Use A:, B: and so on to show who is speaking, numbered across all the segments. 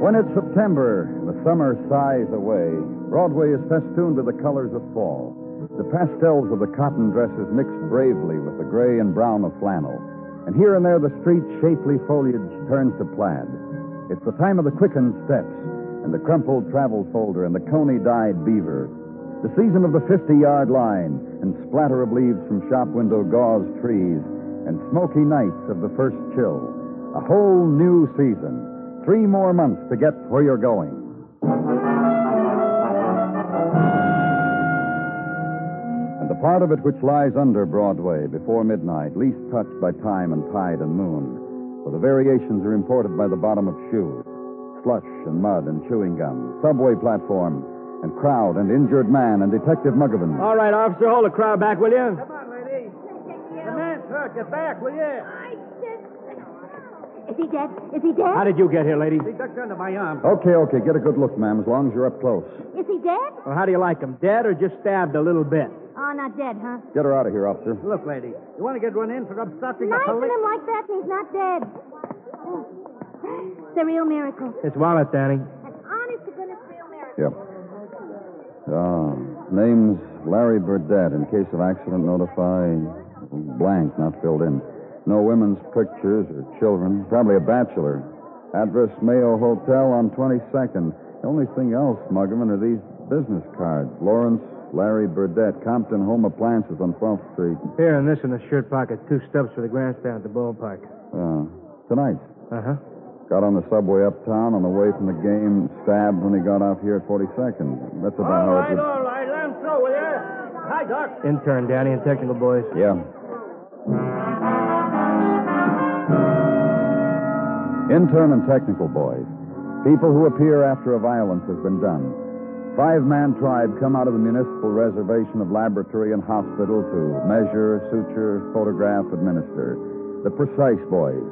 A: When it's September and the summer sighs away, Broadway is festooned with the colors of fall. The pastels of the cotton dresses mix bravely with the gray and brown of flannel, and here and there the street's shapely foliage turns to plaid. It's the time of the quickened steps, and the crumpled travel folder, and the coney dyed beaver. The season of the 50 yard line, and splatter of leaves from shop window gauze trees, and smoky nights of the first chill. A whole new season. Three more months to get where you're going. And the part of it which lies under Broadway before midnight, least touched by time and tide and moon, for the variations are imported by the bottom of shoes, slush and mud and chewing gum, subway platform, and crowd and injured man and Detective Muggerman.
B: All right, officer, hold the crowd back, will you?
C: Come on, lady.
D: Thank
C: The man's hurt. Get back, will you?
D: Is he dead? Is he dead?
B: How did you get here, lady?
C: He ducked under my arm.
A: Okay, okay, get a good look, ma'am, as long as you're up close.
D: Is he dead?
B: Well, how do you like him? Dead or just stabbed a little bit?
D: Oh, not dead, huh?
A: Get her out of here, officer.
C: Look, lady, you want to get run in for obstructing the
D: Knifing
C: police?
D: him like that, and he's not dead. Oh. It's a real miracle.
B: His wallet, Danny.
D: An honest to goodness real miracle.
A: Yep. Ah, name's Larry Burdett. In case of accident, notify blank, not filled in. No women's pictures or children. Probably a bachelor. Address Mayo Hotel on 22nd. The only thing else, Muggerman, are these business cards. Lawrence Larry Burdett, Compton Home Appliances on 12th Street.
B: Here, and this in the shirt pocket. Two stubs for the grandstand at the ballpark.
A: Uh, tonight.
B: Uh huh.
A: Got on the subway uptown on the way from the game. Stabbed when he got off here at 42nd. That's about
C: All
A: how
C: right,
A: it would.
C: all right. Let him through, will you? Hi, Doc.
B: Intern Danny and technical boys.
A: Yeah. Intern and technical boys. People who appear after a violence has been done. Five man tribe come out of the municipal reservation of laboratory and hospital to measure, suture, photograph, administer. The precise boys.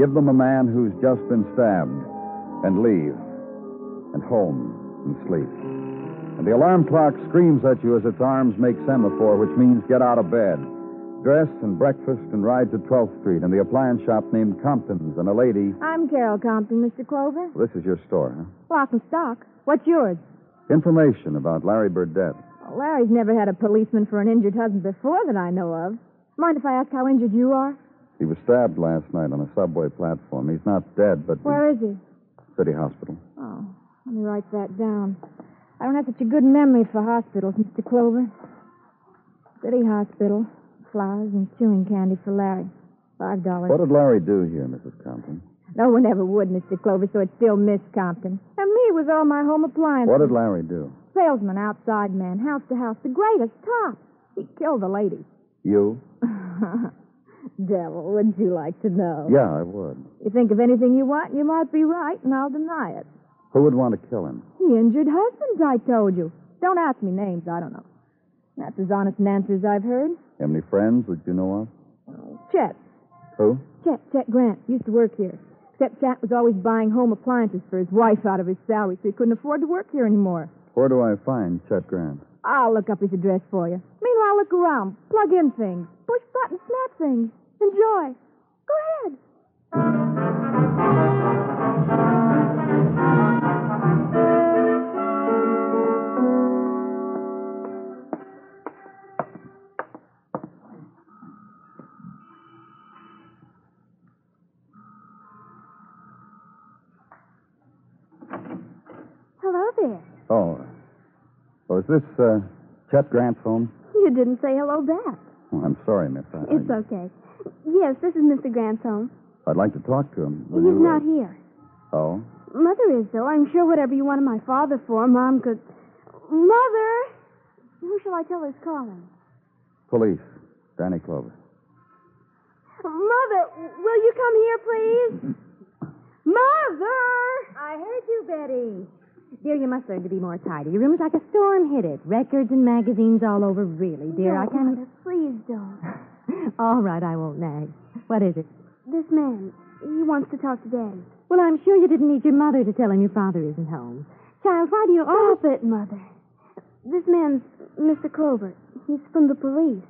A: Give them a man who's just been stabbed and leave. And home and sleep. And the alarm clock screams at you as its arms make semaphore, which means get out of bed. Dress and breakfast and ride to 12th Street and the appliance shop named Compton's and a lady.
E: I'm Carol Compton, Mr. Clover.
A: This is your store, huh?
E: Lock and stock. What's yours?
A: Information about Larry Burdett.
E: Oh, Larry's never had a policeman for an injured husband before that I know of. Mind if I ask how injured you are?
A: He was stabbed last night on a subway platform. He's not dead, but
E: Where is he?
A: City Hospital.
E: Oh, let me write that down. I don't have such a good memory for hospitals, Mr. Clover. City Hospital. Flowers and chewing candy for Larry. Five dollars.
A: What did Larry do here, Mrs. Compton?
E: No one ever would, Mr. Clover, so it's still Miss Compton. And me with all my home appliances.
A: What did Larry do?
E: Salesman, outside man, house to house, the greatest, top. He killed the lady.
A: You?
E: Devil, wouldn't you like to know?
A: Yeah, I would.
E: You think of anything you want, and you might be right, and I'll deny it.
A: Who would want to kill him?
E: He injured husbands, I told you. Don't ask me names, I don't know. That's as honest an answer as I've heard.
A: Have Any friends that you know of?
E: Chet,
A: Who?
E: Chet, Chet Grant, used to work here. Except Chet was always buying home appliances for his wife out of his salary, so he couldn't afford to work here anymore.
A: Where do I find Chet Grant?
E: I'll look up his address for you. Meanwhile, look around. Plug in things. Push buttons, snap things. Enjoy. Go ahead.
D: Hello there.
A: Oh. Well, is this uh, Chet Grant's home?
D: You didn't say hello back.
A: Oh, I'm sorry, miss. I,
D: It's
A: I,
D: okay. Yes, this is Mr. Grant's home.
A: would like to talk to him. Will
D: He's
A: you, uh,
D: not here.
A: Oh?
D: Mother is, though. I'm sure whatever you wanted my father for, Mom could. Mother! Who shall I tell is calling?
A: Police. Danny Clover.
D: Mother, will you come here, please? Mother! I heard you, Betty.
F: Dear, you must learn to be more tidy. Your room is like a storm hit it. Records and magazines all over, really, dear. I can't.
D: Mother, please don't.
F: All right, I won't nag. What is it?
D: This man, he wants to talk to Daddy.
F: Well, I'm sure you didn't need your mother to tell him your father isn't home. Child, why do you. Oh,
D: Stop it, Mother. This man's Mr. Clover. He's from the police.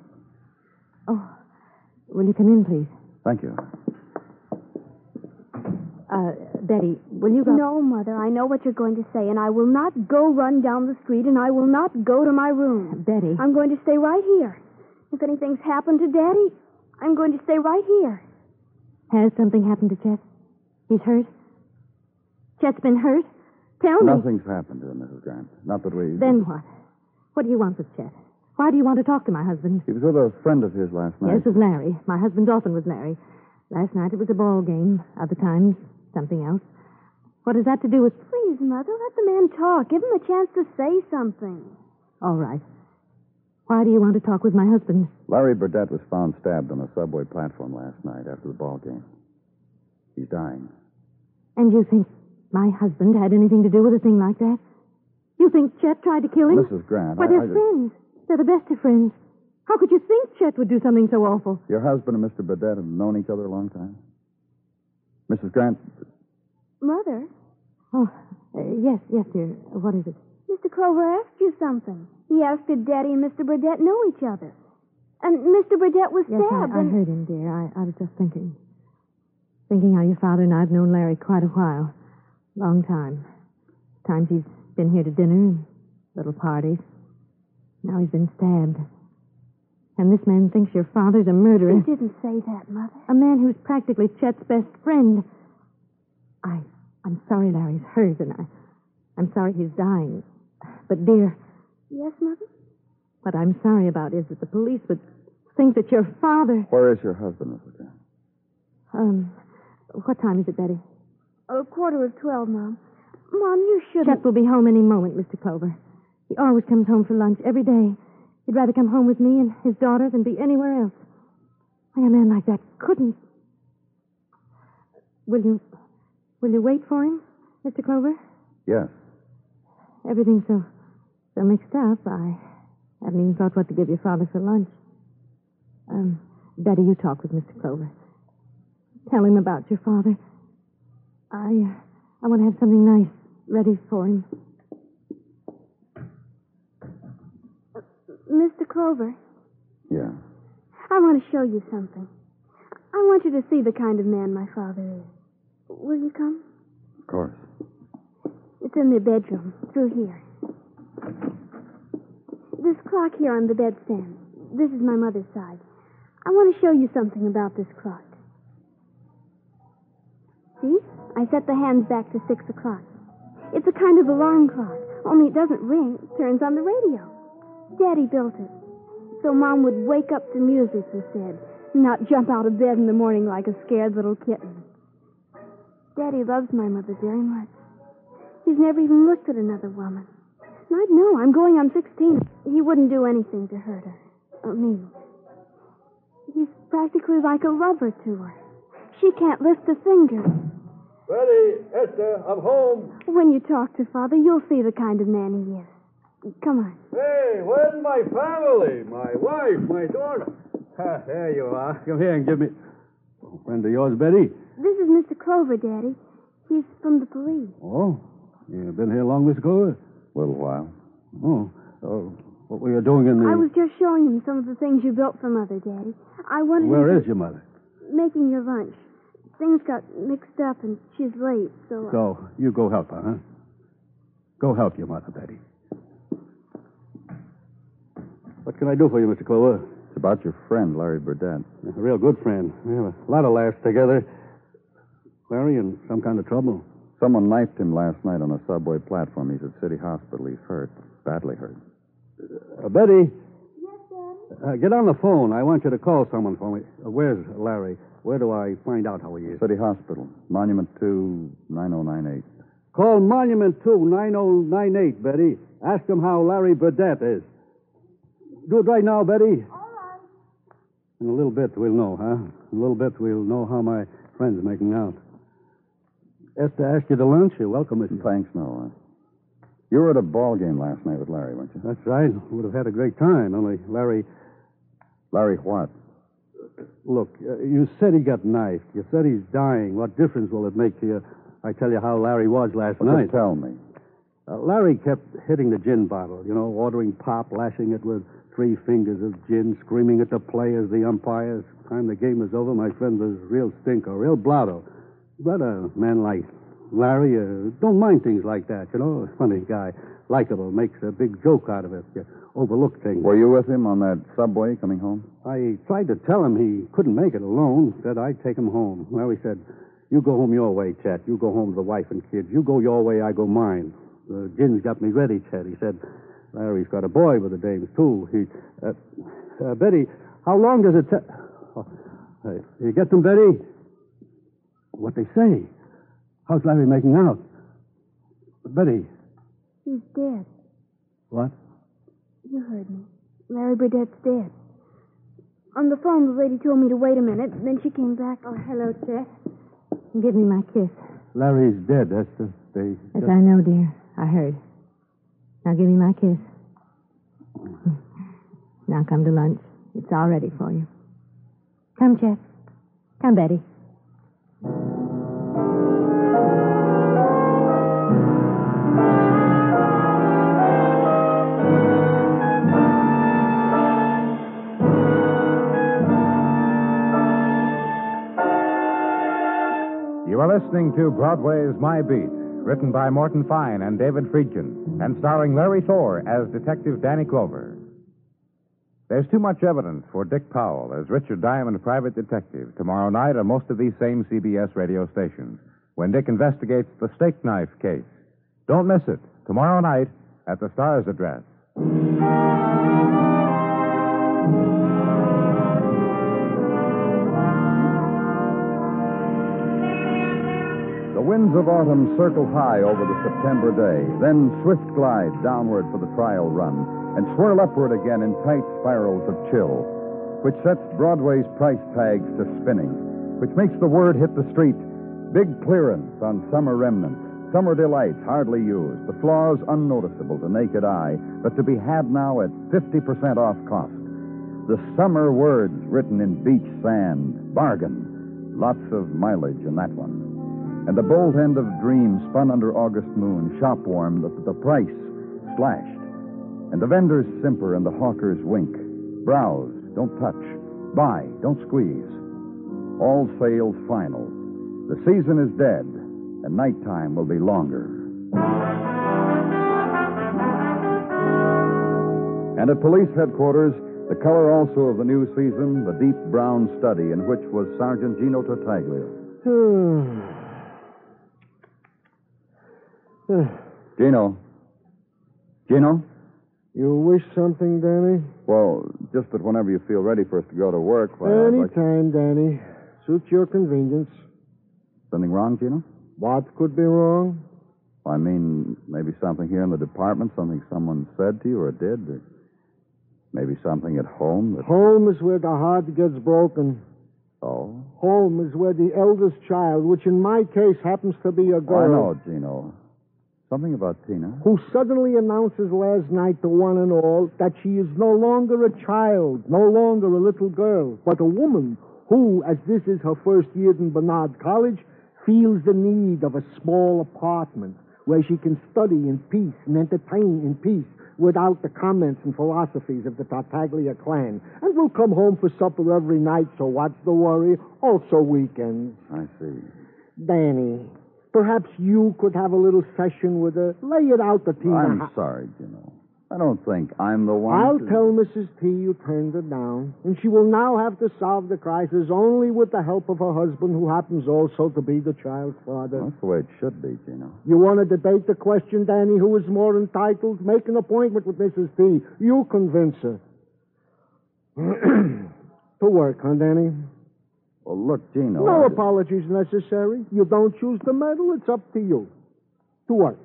F: oh. Will you come in, please?
A: Thank you.
F: Uh, Betty, will you go?
D: No, Mother, I know what you're going to say, and I will not go run down the street, and I will not go to my room.
F: Betty.
D: I'm going to stay right here. If anything's happened to Daddy, I'm going to stay right here.
F: Has something happened to Chet? He's hurt? Chet's been hurt? Tell me.
A: Nothing's happened to him, Mrs. Grant. Not that we.
F: Then what? What do you want with Chet? Why do you want to talk to my husband?
A: He was with a friend of his last night.
F: Yes, with Larry. My husband often was Larry. Last night it was a ball game. Other times, something else. What has that to do with.
D: Please, Mother, let the man talk. Give him a chance to say something.
F: All right. Why do you want to talk with my husband?
A: Larry Burdett was found stabbed on a subway platform last night after the ball game. He's dying.
F: And you think my husband had anything to do with a thing like that? You think Chet tried to kill him?
A: Mrs. Grant,
F: Why,
A: I,
F: they're
A: I just-
F: friends. They're the best of friends. How could you think Chet would do something so awful?
A: your husband and Mr. Burdett have known each other a long time. Mrs. Grant,
D: Mother,
F: Oh, uh, yes, yes, dear. What is it?
D: Mr. Clover asked you something. He asked if Daddy and Mr. Burdett know each other. And Mr. Burdett was
F: Yes,
D: stabbed.
F: I, I
D: and...
F: heard him, dear. I, I was just thinking. Thinking how your father and I have known Larry quite a while. Long time. Times he's been here to dinner and little parties. Now he's been stabbed. And this man thinks your father's a murderer.
D: He didn't say that, Mother.
F: A man who's practically Chet's best friend. I, I'm sorry Larry's hurt, and I, I'm sorry he's dying. But, dear,
D: Yes, Mother?
F: what I'm sorry about is that the police would think that your father.
A: where is your husband, Mrs. Grant?
F: Um, what time is it, Betty?
D: A quarter of twelve, Mom. Mom, you shouldn't.
F: Chet will be home any moment, Mr. Clover. He always comes home for lunch every day. He'd rather come home with me and his daughter than be anywhere else. Why, a man like that couldn't. Will you, will you wait for him, Mr. Clover?
A: Yes.
F: Everything's so, so mixed up. I haven't even thought what to give your father for lunch. Um, Betty, you talk with Mr. Clover. Tell him about your father. I, uh, I want to have something nice ready for him.
D: Mr. Clover,
A: Yeah.
D: I want to show you something. I want you to see the kind of man my father is. Will you come?
A: Of course.
D: It's in their bedroom, through here. This clock here on the bedstand. This is my mother's side. I want to show you something about this clock. See? I set the hands back to six o'clock. It's a kind of alarm clock, only it doesn't ring, it turns on the radio. Daddy built it. So Mom would wake up to music, he said, not jump out of bed in the morning like a scared little kitten. Daddy loves my mother very much. He's never even looked at another woman. And I'd know. I'm going on 16. He wouldn't do anything to hurt her. Or me. He's practically like a lover to her. She can't lift a finger.
G: Betty, Esther, I'm home.
D: When you talk to Father, you'll see the kind of man he is. Come on.
G: Hey, where's my family? My wife, my daughter. Ah, there you are. Come here and give me. Oh, friend of yours, Betty.
D: This is Mr. Clover, Daddy. He's from the police.
G: Oh, you been here long, Miss Clover?
A: A little while.
G: Oh, oh, what were you doing in the?
D: I was just showing him some of the things you built for Mother, Daddy. I wanted him
G: Where
D: to-
G: is your mother?
D: making your lunch. Things got mixed up and she's late, so.
G: So you go help her, huh? Go help your mother, Betty. What can I do for you, Mr. Clover?
A: It's about your friend, Larry Burdett.
G: A real good friend. We have a lot of laughs together. Larry in some kind of trouble.
A: Someone knifed him last night on a subway platform. He's at City Hospital. He's hurt. Badly hurt.
G: Uh, Betty. Yes, Dad. Uh, get on the phone. I want you to call someone for me. Uh, where's Larry? Where do I find out
A: Oh,
G: how he is?
A: City Hospital. Monument oh 2, 9098.
G: Call Monument 2 9098, Betty. Ask him how Larry Burdett is. Do it right now, Betty. All right. In a little bit, we'll know, huh? In a little bit, we'll know how my friend's making out. Esther asked you to lunch. You're welcome, Mrs.
A: Thanks, no. You were at a ball game last night with Larry, weren't you?
G: That's right. Would have had a great time, only Larry.
A: Larry what?
G: Look, uh, you said he got knifed. You said he's dying. What difference will it make to you? I tell you how Larry was last
A: Well,
G: night.
A: just tell me.
G: Uh, Larry kept hitting the gin bottle, you know, ordering pop, lashing it with three fingers of gin, screaming at the players, the umpires. Time the game was over, my friend was real stinker, real blotto. But a man like Larry uh, don't mind things like that, you know. Funny guy, likable, makes a big joke out of it. You overlook things.
A: Were you with him on that subway coming home?
G: I tried to tell him he couldn't make it alone, said I'd take him home. Well, he said, You go home your way, Chet. You go home to the wife and kids. You go your way, I go mine. The gin's got me ready, Chet. He said, Larry's got a boy with the dames, too. He, uh, uh, Betty, how long does it take? Oh, hey, you get them, Betty? What they say? How's Larry making out? Betty.
D: He's dead.
G: What?
D: You heard me. Larry Burdett's dead. On the phone, the lady told me to wait a minute. Then she came back. Oh, hello, Chet.
F: Give me my kiss.
G: Larry's dead. That's the. They.
F: Yes, I know, dear. I heard. Now give me my kiss. Now come to lunch. It's all ready for you. Come, Chet. Come, Betty.
H: You are listening to Broadway's My Beat, written by Morton Fine and David Friedkin, and starring Larry Thor as Detective Danny Clover. There's too much evidence for Dick Powell as Richard Diamond Private Detective tomorrow night on most of these same CBS radio stations when Dick investigates the steak knife case. Don't miss it tomorrow night at the Star's address.
A: The winds of autumn circle high over the September day, then swift glide downward for the trial run, and swirl upward again in tight spirals of chill, which sets Broadway's price tags to spinning, which makes the word hit the street. Big clearance on summer remnants, summer delights hardly used, the flaws unnoticeable to naked eye, but to be had now at 50% off cost. The summer words written in beach sand, bargain. Lots of mileage in that one and the bolt end of dream spun under August moon, shop warmed, the, the price slashed, and the vendors simper and the hawkers wink. Browse, don't touch. Buy, don't squeeze. All sales final. The season is dead, and nighttime will be longer. And at police headquarters, the color also of the new season, the deep brown study in which was Sergeant Gino Tartaglia.
I: Hmm.
A: Gino. Gino?
I: you wish something, Danny?
A: Well, just that whenever you feel ready for us to go to work, why, I'd like-
I: Anytime, Danny. Suits your convenience.
A: Something wrong, Gino?
I: What could be wrong?
A: I mean, maybe something here in the department, something someone said to you or did, or maybe something at home that.
I: Home is where the heart gets broken.
A: Oh.
I: Home is where the eldest child, which in my case happens to be a
A: Oh, I
I: girl,
A: know, Gino. Something about Tina.
I: who suddenly announces last night to one and all that she is no longer a child, no longer a little girl, but a woman who, as this is her first year in Bernard College, feels the need of a small apartment where she can study in peace and entertain in peace without the comments and philosophies of the Tartaglia clan. And will come home for supper every night, so what's the worry? Also weekends.
A: I see.
I: Danny, perhaps you could have a little session with her. Lay it out to Tina.
A: I'm sorry, Gino. I don't think I'm the one.
I: I'll
A: to-
I: tell Mrs. T you turned her down, and she will now have to solve the crisis only with the help of her husband, who happens also to be the child's father.
A: That's the way it should be, Gino.
I: You want to debate the question, Danny, who is more entitled? Make an appointment with Mrs. T. You convince her. to work, huh, Danny?
A: Well, look, Gino.
I: No
A: I-
I: apologies necessary. You don't choose the medal, it's up to you. To work.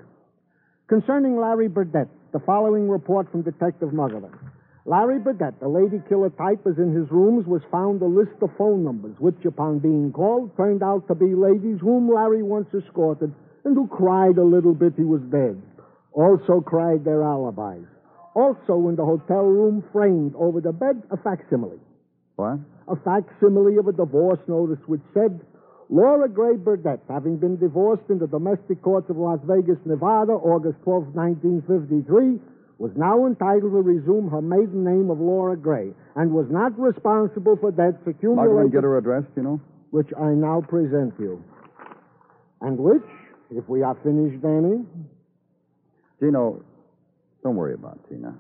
I: Concerning Larry Burdett, the following report from Detective Muggerman. Larry Burdett, the lady killer type, as in his rooms, was found a list of phone numbers, which, upon being called, turned out to be ladies whom Larry once escorted and who cried a little bit he was dead. also cried their alibis. Also in the hotel room, framed over the bed, a facsimile.
A: What?
I: A facsimile of a divorce notice which said, Laura Gray Burdett, having been divorced in the domestic courts of Las Vegas, Nevada, August 12, 1953, was now entitled to resume her maiden name of Laura Gray and was not responsible for debts
A: Margaret, get
I: accumulated,
A: her address, you know?
I: which I now present you. And which, if we are finished, Danny,
A: Gino, don't worry about Tina.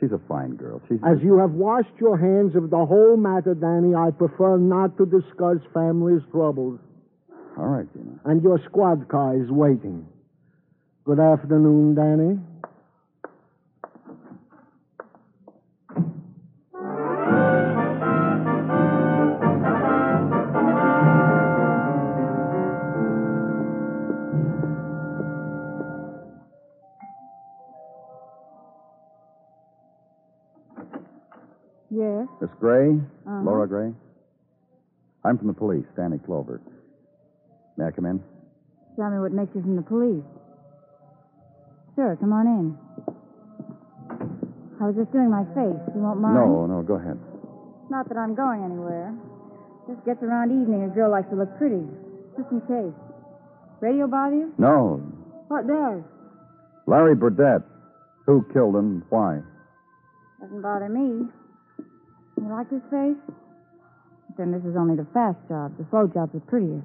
A: She's a fine girl. She's.
I: As you have washed your hands of the whole matter, Danny, I prefer not to discuss family's troubles.
A: All right, Tina.
I: And your squad car is waiting. Good afternoon, Danny.
J: Yes?
A: Miss Gray?
J: Uh-huh.
A: Laura Gray? I'm from the police, Stanley Clover. May I come in?
J: Tell me what makes you from the police. Sure, come on in. I was just doing my face. You won't mind?
A: No, no, go ahead.
J: Not that I'm going anywhere. Just gets around evening. A girl likes to look pretty. Just in case. Radio bother you?
A: No.
J: What does?
A: Larry Burdett. Who killed him? Why?
J: Doesn't bother me. You like his face? Then this is only the fast job. The slow jobs are prettier.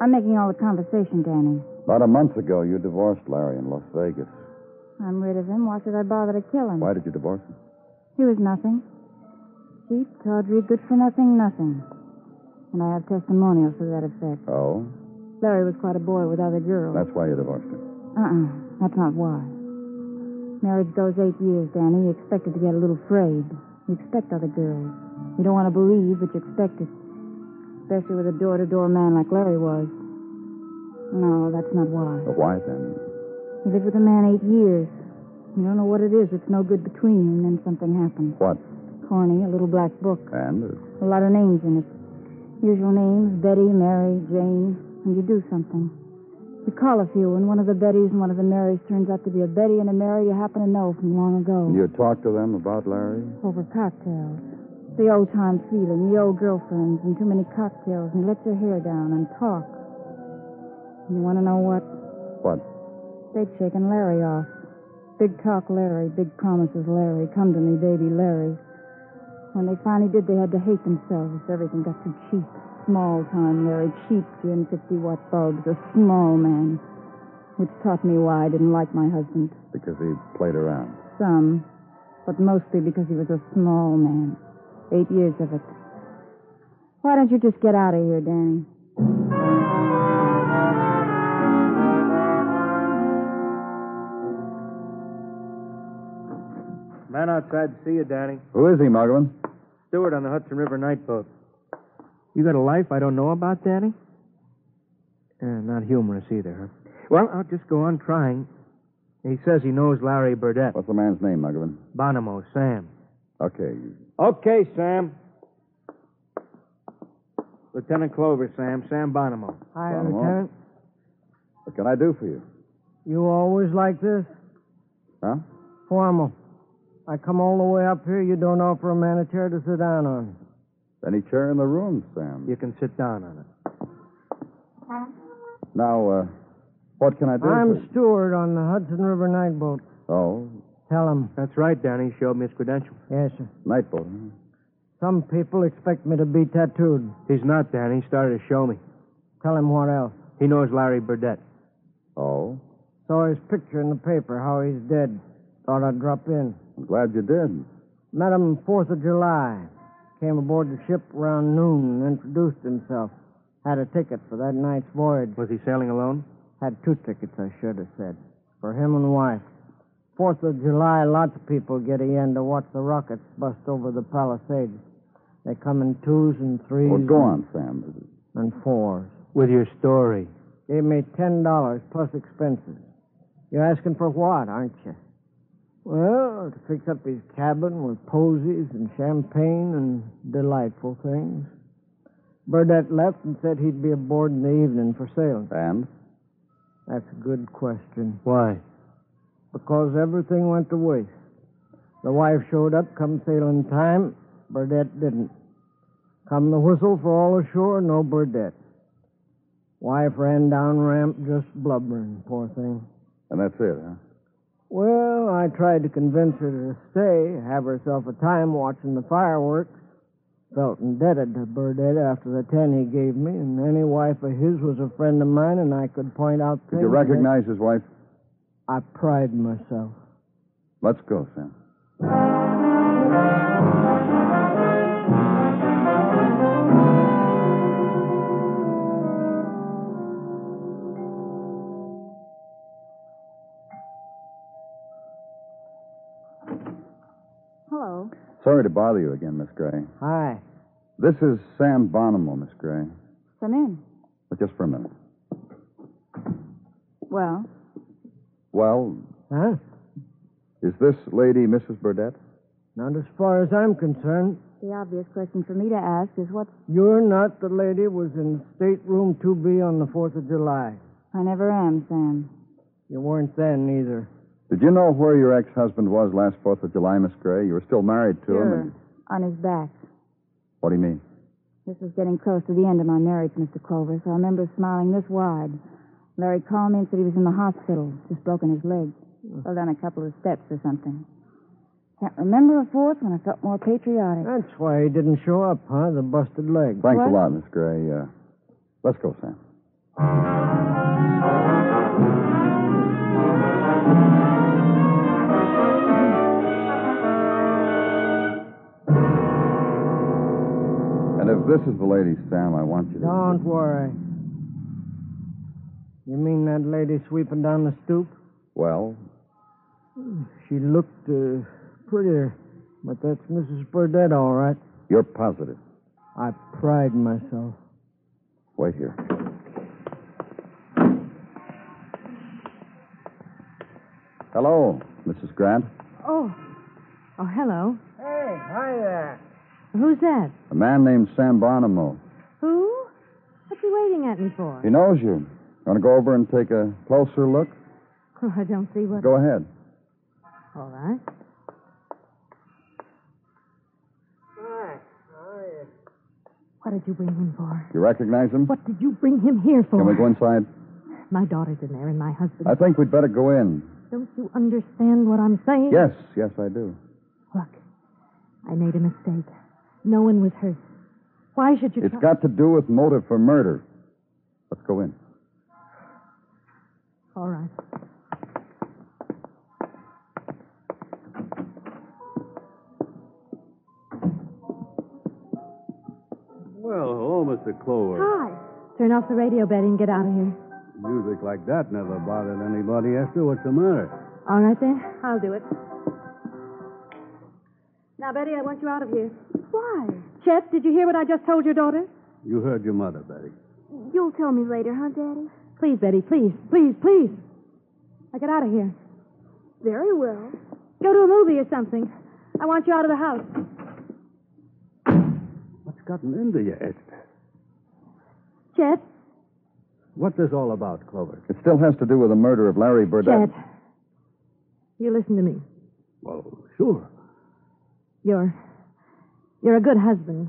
J: I'm making all the conversation, Danny.
A: About a month ago, you divorced Larry in Las Vegas.
J: I'm rid of him. Why should I bother to kill him?
A: Why did you divorce him?
J: He was nothing. Cheap, tawdry, good for nothing, nothing. And I have testimonials to that effect.
A: Oh,
J: Larry was quite a boy with other girls.
A: that's why you divorced him.
J: Uh-uh. That's not why. Marriage goes eight years, Danny. You expect it to get a little frayed. You expect other girls. You don't want to believe, but you expect it. Especially with a door-to-door man like Larry was. No, that's not why.
A: But why then?
J: You lived with a man eight years. You don't know what it is. It's no good between you, and then something happens.
A: What?
J: Corny, a little black book.
A: And uh,
J: A lot of names in it. Usual names Betty, Mary, Jane. And you do something. You call a few, and one of the Bettys and one of the Marys turns out to be a Betty and a Mary you happen to know from long ago.
A: you talked to them about Larry?
J: Over cocktails. The old time feeling, the old girlfriends, and too many cocktails, and let your hair down and talk. You want to know what?
A: What?
J: They'd shaken Larry off. Big talk, Larry. Big promises, Larry. Come to me, baby, Larry. When they finally did, they had to hate themselves. Everything got too cheap. Small time, Larry. Cheap 350 watt bulbs. A small man. Which taught me why I didn't like my husband.
A: Because he played around.
J: Some, but mostly because he was a small man. Eight years of it. Why don't you just get out of here, Danny?
K: Man outside to see you, Danny.
A: Who is he, Margovan?
K: Stewart on the Hudson River night boat. You got a life I don't know about, Danny? Eh, not humorous either. Huh? Well, I'll just go on trying. He says he knows Larry Burdett.
A: What's the man's name, Margovan?
K: Bonomo, Sam.
A: Okay.
K: Okay, Sam. Lieutenant Clover, Sam. Sam Bonomo.
B: Hi,
A: Bonomo.
B: Lieutenant.
A: What can I do for you?
B: You always like this?
A: Huh?
B: Formal. I come all the way up here, you don't offer a man a chair to sit down on.
A: Any chair in the room, Sam?
K: You can sit down on it.
A: Now, uh, what can I do for
B: I'm
A: you?
B: Stewart on the Hudson River night boat.
A: Oh,
B: Tell him.
K: That's right, Danny. Showed me his credentials.
B: Yes, sir.
A: night boat. huh?
B: Some people expect me to be tattooed.
K: He's not, Danny. He started to show me.
B: Tell him what else.
K: He knows Larry Burdett.
A: Oh,
B: Saw his picture in the paper, how he's dead. Thought I'd drop in.
A: I'm glad you did.
B: Met him 4th of July. Came aboard the ship around noon, introduced himself. Had a ticket for that night's voyage.
K: Was he sailing alone?
B: Had two tickets, I should have said, for him and wife. Fourth of July, lots of people get in to watch the rockets bust over the Palisades. They come in twos and threes
A: Well, go on, Sam.
B: and fours.
K: With your story.
B: Gave me ten dollars plus expenses. You're asking for what, aren't you? Well, to fix up his cabin with posies and champagne and delightful things. Burdett left and said he'd be aboard in the evening for sailing.
A: And?
B: That's a good question.
K: Why?
B: because everything went to waste. The wife showed up come sailing time. Burdette didn't. Come the whistle for all ashore, no Burdette. Wife ran down ramp just blubbering, poor thing.
A: And that's it, huh?
B: Well, I tried to convince her to stay, have herself a time watching the fireworks. Felt indebted to Burdett after the ten he gave me, and any wife of his was a friend of mine, and I could point out
A: Did
B: things.
A: you
B: that-
A: recognize his wife?
B: I pride myself.
A: Let's go, Sam.
J: Hello.
A: Sorry to bother you again, Miss Gray.
B: Hi.
A: This is Sam Bonomo, Miss Gray.
J: Come in.
A: But just for a minute.
J: Well,
A: Well,
B: Huh?
A: is this lady Mrs. Burdett?
B: Not as far as I'm concerned.
J: the obvious question for me to ask is what
B: You're not the lady was in stateroom 2B on the 4th of July.
J: I never am, Sam.
B: You weren't then either.
A: Did you know where your ex-husband was last Fourth of July, Miss Gray? You were still married to him.
J: Sure.
A: And...
J: On his back.
A: What do you mean?
J: This was getting close to the end of my marriage, Mr. Clover, so I remember smiling this wide. Larry called me and said he was in the hospital, just broken his leg. Fell down a couple of steps or something. Can't remember a fourth when I felt more patriotic.
B: That's why he didn't show up, huh? The busted leg.
A: Thanks
J: What?
A: a lot, Miss Gray. Uh, let's go, Sam. And if this is the lady, Sam, I want you to.
B: Don't worry. You mean that lady sweeping down the stoop?
A: Well,
B: She looked uh, prettier, but that's Mrs. Burdett, all right.
A: you're positive.
B: I pride myself.
A: Wait here. Hello, Mrs. Grant.
F: Oh. Oh, hello.
B: Hey, hi there.
F: Who's that?
A: A man named Sam Bonomo.
F: Who? What you waiting at me for?
A: He knows you. Want to go over and take a closer look?
F: Oh, I don't see what.
A: Go ahead.
F: All right.
B: Hi. How are you?
F: What did you bring him for?
A: You recognize him?
F: What did you bring him here for?
A: Can we go inside?
F: My daughter's in there and my husband.
A: I think we'd better go in.
F: Don't you understand what I'm saying?
A: Yes, yes, I do.
F: Look, I made a mistake. No one was hurt. Why should you?
A: It's
F: try-
A: got to do with motive for murder. Let's go in.
F: All right.
G: Well, hello, Mr. Clover.
D: Hi.
F: Turn off the radio, Betty, and get out of here.
G: Music like that never bothered anybody, Esther. What's the matter?
F: All right then, I'll do it. Now, Betty, I want you out of here.
D: Why?
F: Chet, did you hear what I just told your daughter?
G: You heard your mother, Betty.
D: You'll tell me later, huh, Daddy?
F: Please, Betty, please, please, please. Now get out of here.
D: Very well.
F: Go to a movie or something. I want you out of the house.
G: What's gotten into you, Esther?
F: Chet,
G: What's this all about, Clover?
A: It still has to do with the murder of Larry Burdett.
F: Chet. You listen to me.
G: Well, sure.
F: You're you're a good husband,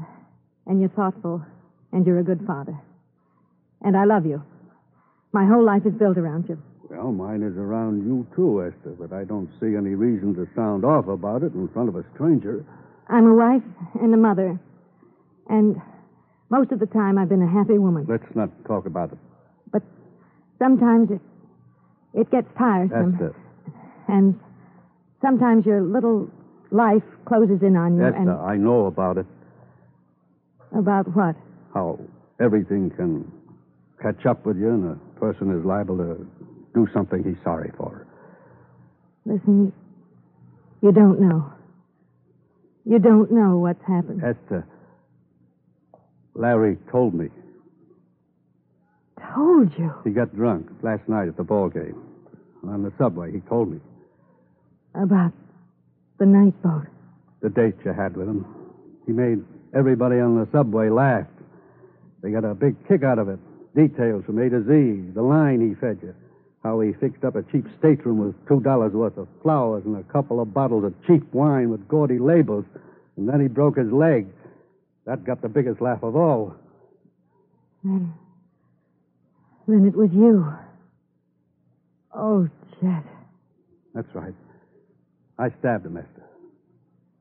F: and you're thoughtful, and you're a good father. And I love you. My whole life is built around you.
G: Well, mine is around you, too, Esther, but I don't see any reason to sound off about it in front of a stranger.
F: I'm a wife and a mother. And most of the time I've been a happy woman.
G: Let's not talk about it.
F: But sometimes it it gets tiresome.
G: Esther,
F: And sometimes your little life closes in on you and
G: Esther, I know about it.
F: about what?
G: How everything can catch up with you, and a person is liable to do something he's sorry for.
F: Listen, you don't know. You don't know what's happened.
G: Esther, Larry told me
F: Told you.
G: he got drunk last night at the ball game. On the subway, he told me
F: About the night boat.
G: the date you had with him. He made everybody on the subway laugh. They got a big kick out of it. Details from A to Z, the line he fed you, How he fixed up a cheap stateroom with two dollars worth of flowers and a couple of bottles of cheap wine with gaudy labels, and then he broke his leg. That got the biggest laugh of all.
F: Then. Then it was you. Oh, Chet.
G: That's right. I stabbed him, Esther.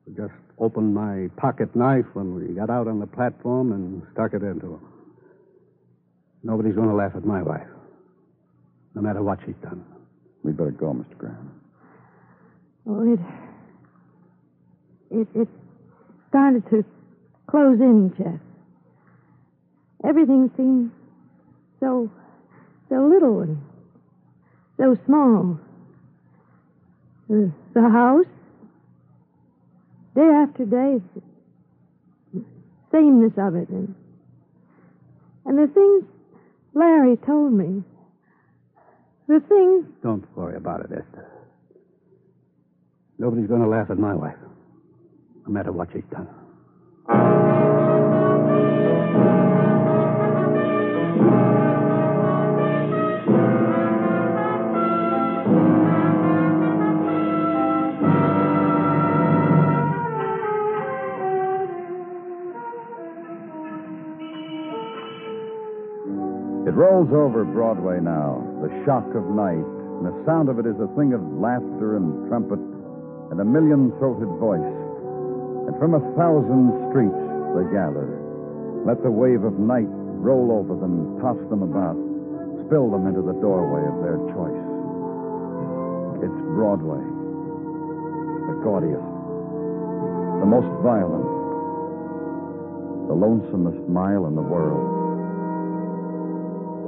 G: I just opened my pocket knife when we got out on the platform and stuck it into him. Nobody's going to laugh at my wife, no matter what she's done.
A: We'd better go, Mr. Graham.
F: Oh, it. It, it started to close in, Chet. Everything seemed so. so little and so small. The, the house, day after day, the sameness of it. And, and the things Larry told me, the things
G: Don't worry about it, Esther. Nobody's going to laugh at my wife, no matter what she's done.
A: It rolls over Broadway now, the shock of night, and the sound of it is a thing of laughter and trumpet and a million throated voice. And from a thousand streets they gather. Let the wave of night roll over them, toss them about, spill them into the doorway of their choice. It's Broadway, the gaudiest, the most violent, the lonesomest mile in the world.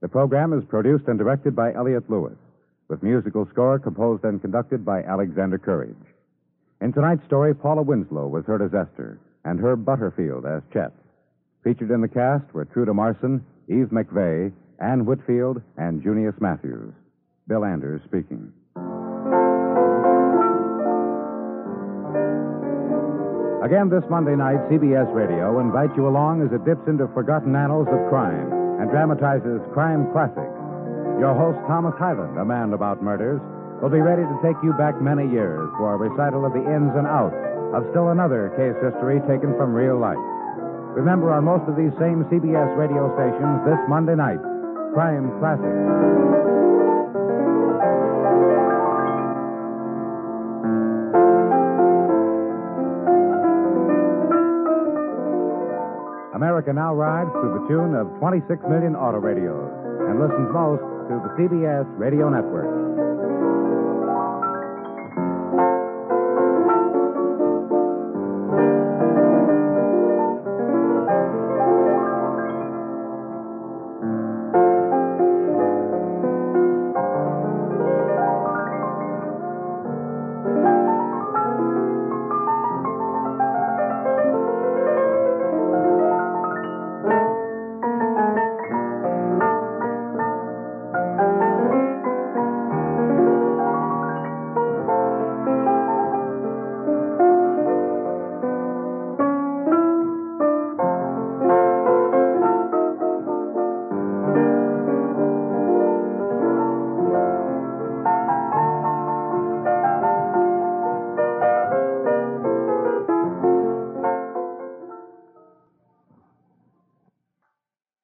H: The program is produced and directed by Elliot Lewis, with musical score composed and conducted by Alexander Courage. In tonight's story, Paula Winslow was heard as Esther and Herb Butterfield as Chet. Featured in the cast were Truda Marson, Eve McVeigh, Ann Whitfield, and Junius Matthews. Bill Anders speaking. Again this Monday night, CBS Radio invites you along as it dips into forgotten annals of crime and dramatizes crime classics. Your host, Thomas Highland, a man about murders, will be ready to take you back many years for a recital of the ins and outs of still another case history taken from real life. Remember, on most of these same CBS radio stations this Monday night, Crime Classics. America now rides to the tune of 26 million auto radios and listens most to the CBS radio network.